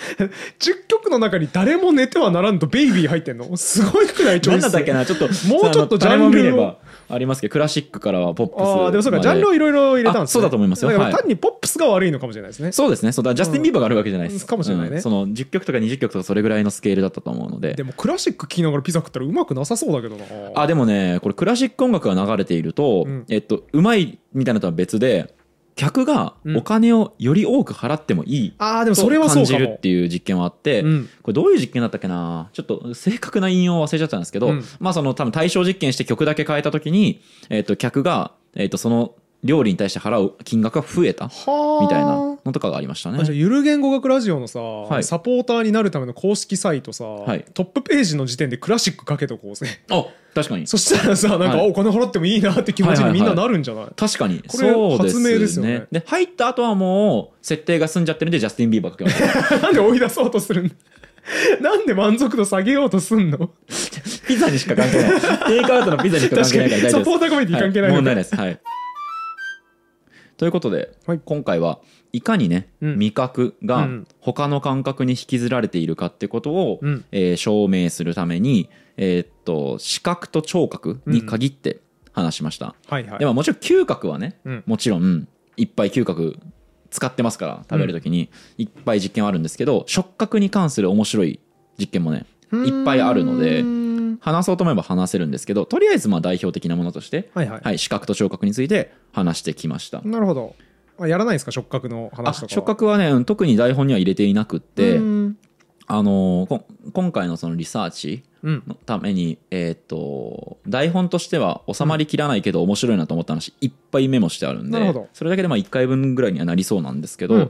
曲の中に「誰も寝てはならん」と「ベイビー」入ってんのすごいくないチョ
何
イス
だったっけなちょっと もう
ちょっとジャンルを
見ればありますけどクラシックからはポップス
ああでもそうか
ま
ジャンルをいろいろ入れたんです、ね、
あそうだと思いますよ
だから
はい
単にポップスが悪いのかもしれないですね、
そうですねそうだジャスティン・ビーバーがあるわけじゃないで
う
す
んかもしれないね
うんその10曲とか20曲とかそれぐらいのスケールだったと思うので
でもクラシック聴きながらピザ食ったらうまくなさそうだけどな
あでもねこれクラシック音楽が流れていると、
うん
えっとうまいみたいなのとは別で客が
うん
お金をより多く払ってもいい
あーでも
と
それはそ
感
うか
じ
も
るっていう実験はあって、
うん
これどういう実験だったっけなちょっと正確な引用を忘れちゃったんですけど、
うん
まあその多分対象実験して曲だけ変えた時に、えっと客が、えっとその料理に対して払う金額が増えた
はあ
みたいなのとかがありましたね
あ。じゃあゆる言語学ラジオのさ、
い
サポーターになるための公式サイトさ、
い
トップページの時点でクラシックかけとこうぜ
あ確かに
そしたらさなんか、
はい
あお金払ってもいいなって気持ちにみんななるんじ ゃない,、
確かに
これ
そうです
発明ですよ
ね
ね
で入った後はもう設定が済んじゃってるんでジャスティン・ビーバーかけました
なんで追い出そうとするんだなんで満足度下げようとすんの
ピザにしか関係ないテイクアウトのピザにしか関係ない
確かに
から大丈
サ
夫です
ポーターコミュニティ関係ない
は
の
問
か、
題ないですはいということで、
はい
今回はいかにね、
うん
味覚
う
が
ん
他の感覚に引きずられているかってことを、
うん
えー証明するために、えーっと視覚と聴覚に限って話しました、
はいはい
でももちろん嗅覚はね、
うん
もちろんいっぱい嗅覚使ってますから食べるときにいっぱい実験はあるんですけど、触覚に関する面白い実験もねいっぱいあるので
うーん
話そうと思えば話せるんですけどとりあえずまあ代表的なものとして、
はいはい、
はい、視覚と聴覚について話してきました。
なるほどあやらないんですか触覚の
あ
話とかは
触覚はねうん特に台本には入れていなくって、
うん
あのーこ今回のそのリサーチ
うん
のために、えーっと台本としては収まりきらないけど面白いなと思った話いっぱいメモしてあるんで
なるほど
それだけでまあ1回分ぐらいにはなりそうなんですけ
う
ど、
んうん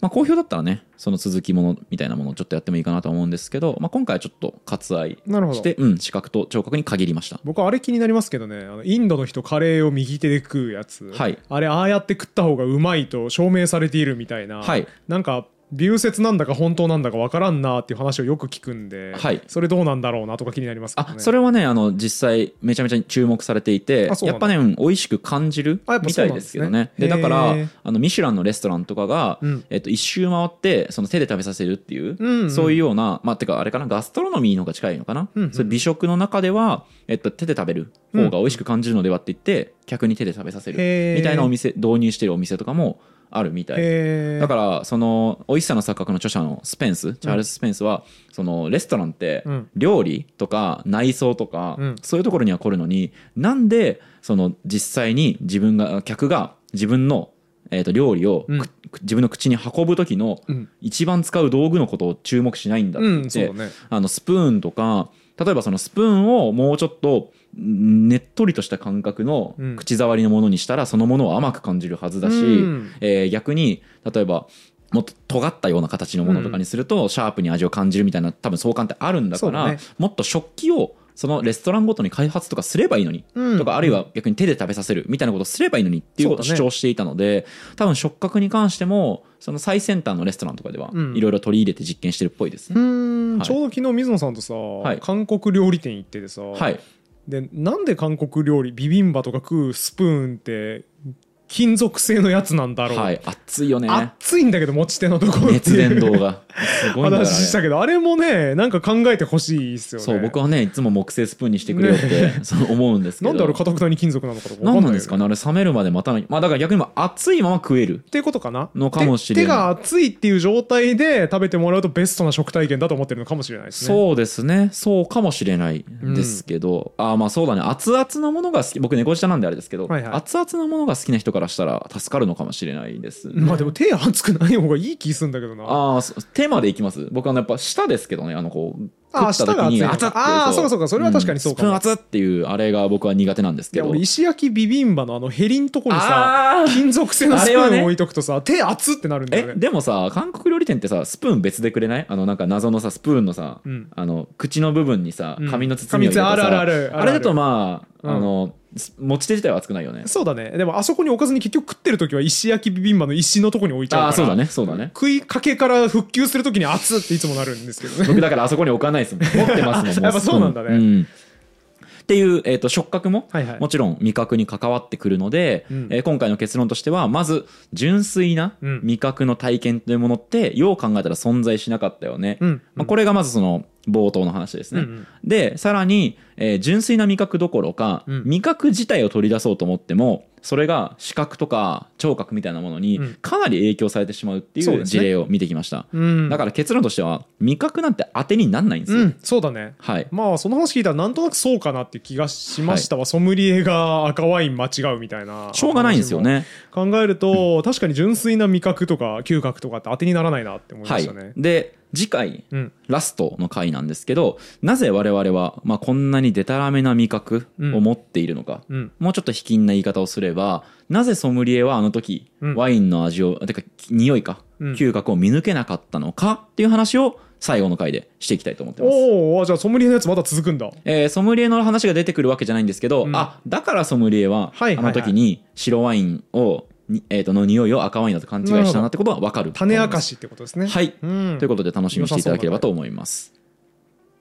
まあ、好評だったらねその続きものみたいなものをちょっとやってもいいかなとは思うんですけど、まあ、今回はちょっと割愛
なるほ
し
ど
て、うん、視覚と聴覚に限りました
僕はあれ気になりますけどねあのインドの人カレーを右手で食うやつ、
はい
あれああやって食った方がうまいと証明されているみたいな、
はい
なんか流説なんだか本当なんだかわからんなっていう話をよく聞くんで、
はい
それどうなんだろうなとか気になりますけどね
あそれはねあの実際めちゃめちゃ注目されていて
あそう
や
な
っ
んだ
ぱね、うん美味しく感じる
あやっぱ
み
そ
た
う
い
なん
で
ですす
け
ね
どねでだから
へー
あのミシュランのレストランとかが、
うん
えっと、一周回ってその手で食べさせるっていう、
うんうん
そういうようなまあてかあれかなガストロノミーの方が近いのかな、
うんうん
そういう美食の中では、えっと、手で食べる方が美味しく感じるのではって言って、客に手で食べさせる
へー
みたいなお店導入してるお店とかもあるみたい
へー
だからその「美味しさの錯覚」の著者のスペンスチャールズ・スペンスは、そのレストランって
うん
料理とか内装とか、
うん
そういうところには来るのになんでその実際に自分が客が自分の、えー、と料理を、
うん
く自分の口に運ぶ時の
うん
一番使う道具のことを注目しないんだって
う
言
ん
って、
そうだね
あのスプーンとか例えばそのスプーンをもうちょっとんねっとりとした感覚の
うん
口触りのものにしたらそのものを甘く感じるはずだし、
うん
えー逆に例えばもっと尖ったような形のものとかにすると、シャープに味を感じるみたいな多分相関ってあるんだか
そう
ら
だね
もっと食器をそのレストランごとに開発とかすればいいのに、
うん
とかあるいは逆に手で食べさせるみたいなことをすればいいのにっていうことを
そうだ
主
ね
張していたので、多分触覚に関してもその最先端のレストランとかでは
うん
いろいろ取り入れて実験してるっぽいですね。
うん
はい
ちょうど昨日水野さんとさ、
い
韓国料理店行っててさ、
はい
でなんで韓国料理ビビンバとか食うスプーンって金属製のやつなんだろう、
はい、熱いよね。
熱いんだけど持ち手のところって
熱
いう
伝導が。すごいんだから、ね。
話したけどあれもねなんか考えてほしいですよね
そう、僕はね、いつも木製スプーンにしてくれよって、 そう思うんですけど。
なんであれかたくなに金属なのかとか分かん
なん
ないよ
な
ね
んですかね、あれ冷めるまで待たない。まあだから逆にもう熱いまま食える。
っていうことかな
のかもしれない
手手が熱いっていう状態で食べてもらうとベストな食体験だと思ってるのかもしれないですね
そうですね。そうかもしれないですけど。ああ、まあそうだね。熱々のものが好き。僕猫舌なんであれですけど、
はいはい
熱々のものが好きな人からしたら助かるのかもしれないですね、
まあでも手熱くない方がいい気すんだけどな
ああ、そうテーマでいきます。僕はやっぱ舌ですけどね、あのこう、
あー
食った時に
舌が
熱
熱い
っって
あーそうかそうかそれは確かにそうかも
んスプーン熱っっていうあれが僕は苦手なんです
い
け
や
ど。
俺石焼きビビンバのあのヘリんとこに
あ
さ
ー
金属製の
あ
スプ
れは
ー
ね
ン置いとくとさ、手熱ってなるんだよ
え
ね
でもさ韓国料理店ってさスプーン別でくれないあのなんか謎のさスプーンのさ、
うん
あの口の部分にさ
うん
紙の包みを入れてさ、
紙あるあるあるある
あれだとまあ,、
うん
あのす持ち手自体は熱くないよね
そうだねでもあそこに置かずに結局食ってる時は石焼きビビンバの石のとこに置いちゃうか
あ
ら
あそうだねそうだね
食いかけから復旧するときに熱っていつもなるんですけ どね。
僕だからあそこに置かないですもん 持ってますもんも
やっぱそうなんだね
スプーンうんっていう、えー、と触覚も、
はいはい
もちろん味覚に関わってくるので、
うん
えー今回の結論としてはまず純粋な
うん
味覚の体験というものって、よう考えたら存在しなかったよね、
うんうん
まあ、これがまずその冒頭の話ですね、
うんうん
でさらに、えー純粋な味覚どころか、
うん
味覚自体を取り出そうと思ってもそれが視覚とか聴覚みたいなものに
うん
かなり影響されてしまうってい
そう
う
です
事
ね
例を見てきました、
うん、
だから結論としては味覚なんて当てになんないんですよ、
うん、そうだね。
はい
まあその話聞いたらなんとなくそうかなっていう気がしましたわ、ソムリエが赤ワイン間違うみたいな
しょうがないんですよね
考えると、確かに純粋な味覚とか嗅覚とかって当てにならないなって思いま
は
し
い
たね、
で次回
うん
ラストの回なんですけどなぜ我々は、まあ、こんなにデタラメな味覚を持っているのか、
うん
もうちょっと卑近な言い方をすればなぜソムリエはあの時、
うん
ワインの味をてか匂いか、
うん
嗅覚を見抜けなかったのかっていう話を最後の回でしていきたいと思ってます。
おおじゃあソムリエのやつまだ続くんだ
えーソムリエの話が出てくるわけじゃないんですけど、
うん
あだからソムリエはあ
はいはいは
の
い
時に白ワインを、にえー、との匂いを赤ワインだと勘違いしたなってことは分かる
種明か
し
しってことですね
はい、
うん
ということで楽しみにしていただければと思います。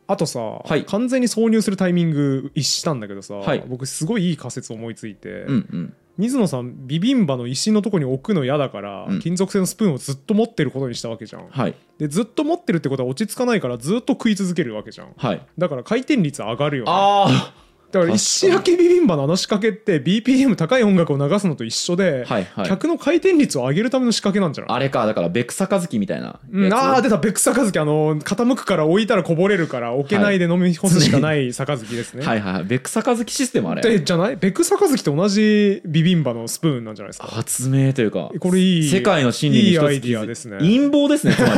あとさ、
い
完全に挿入するタイミング一致したんだけどさ、
はい
僕すごいいい仮説思いついて、
うんうん、
水野さんビビンバの石のとこに置くの嫌だから、
うん
金属製のスプーンをずっと持ってることにしたわけじゃん
はい
でずっと持ってるってことは落ち着かないからずっと食い続けるわけじゃん
はい
だから回転率上がるよ、ね、
あ
だから石焼きビビンバのあの仕掛けって BPM 高い音楽を流すのと一緒で、
はいはい
客の回転率を上げるための仕掛けなんじゃない
あれかだからベクサカズキみたいな
うんあー
で
出たベクサカズキあの傾くから置いたらこぼれるから置けないで飲み干すしかない杯ですね、
はいはいはいベクサカズキシステムあれ
でじゃないベクサカズキと同じビビンバのスプーンなんじゃないですか
発明というか
これいい
世界の真理に一つ
いいアイディアですね
陰謀ですねつま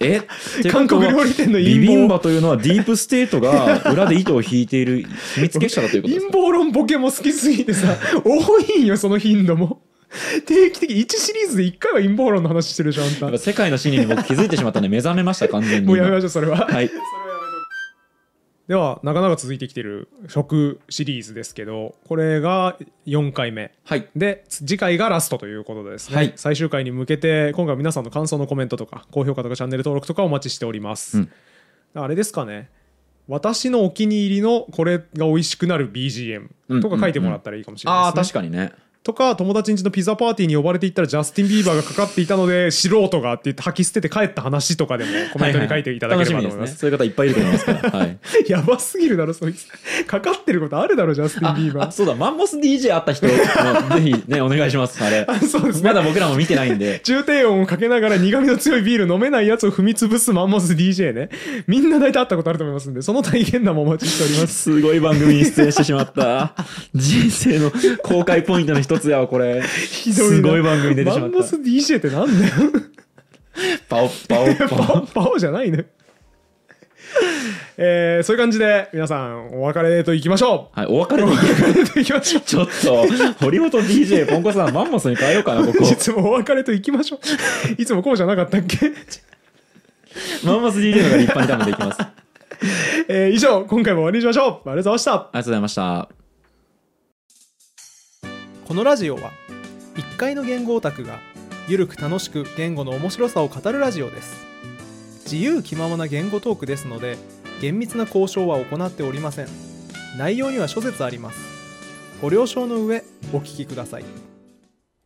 り えってことは
韓国料理店の陰
ビ
謀
ビンバというのはディープステートが裏で糸を引いている秘密結社だということ
陰
ですか
謀論ボケも好きすぎてさ 多いんよその頻度も定期的に1シリーズで1回は陰謀論の話してるじゃんあん
や
た
っぱ世界の真理に僕気づいてしまったんで目覚めました完全に
もうやめましょうそれは、
はい
ではなかなか続いてきてる食シリーズですけどこれが4回目
はい
で次回がラストということでですね、
はい
最終回に向けて今回は皆さんの感想のコメントとか高評価とかチャンネル登録とかお待ちしております、
うん
あれですかね私のお気に入りのこれが美味しくなる BGM とか書いてもらったらいいかもしれない
ああ
ですね、
確かにね
とか友達ん家のピザパーティーに呼ばれていったらジャスティン・ビーバーがかかっていたので素人がって言って吐き捨てて帰った話とかでもコメントに書いていただければと思
楽
いま
しみですねそういう方いっぱいいると思いますからはい
やばすぎるだろ、そいつ。かかってることあるだろ、ジャスティン・ビー
あ
バ
あ
ー。
そうだマンモス DJ あった人もうぜひねお願いしますあれ
あ そうですね
まだ僕らも見てないんで
中低音をかけながら苦味の強いビール飲めないやつを踏み潰すマンモス DJ ね。みんな大体会ったことあると思いますんで、その体験談もお待ちしております。
すごい番組に出演してしまった 人生の公開ポイントの一つやわこれ
ひどいな
すごい番組に出てしま
マ
っ
ンモス DJ ってなんだよ。
たパオパオ
パ
パ
オパオじゃないね。えー、そういう感じで皆さんお別れといきましょ
オはいお別れ
うお
に行け
別れといきましょう
ちょっと堀本 DJ ポンコツさんマンモスに変えようかな ここ
いつもお別れといきましょういつもこうじゃなかったっけ
マンモス DJ の方が立派に多分できますあり
えー以上今回も終わりにしましょうありがとうございました
がとうございました
このラジオは1階の言語オタクがゆるく楽しく言語の面白さを語るラジオです自由気ままな言語トークですので厳密な交渉は行っておりません内容には諸説ありますご了承の上お聞きください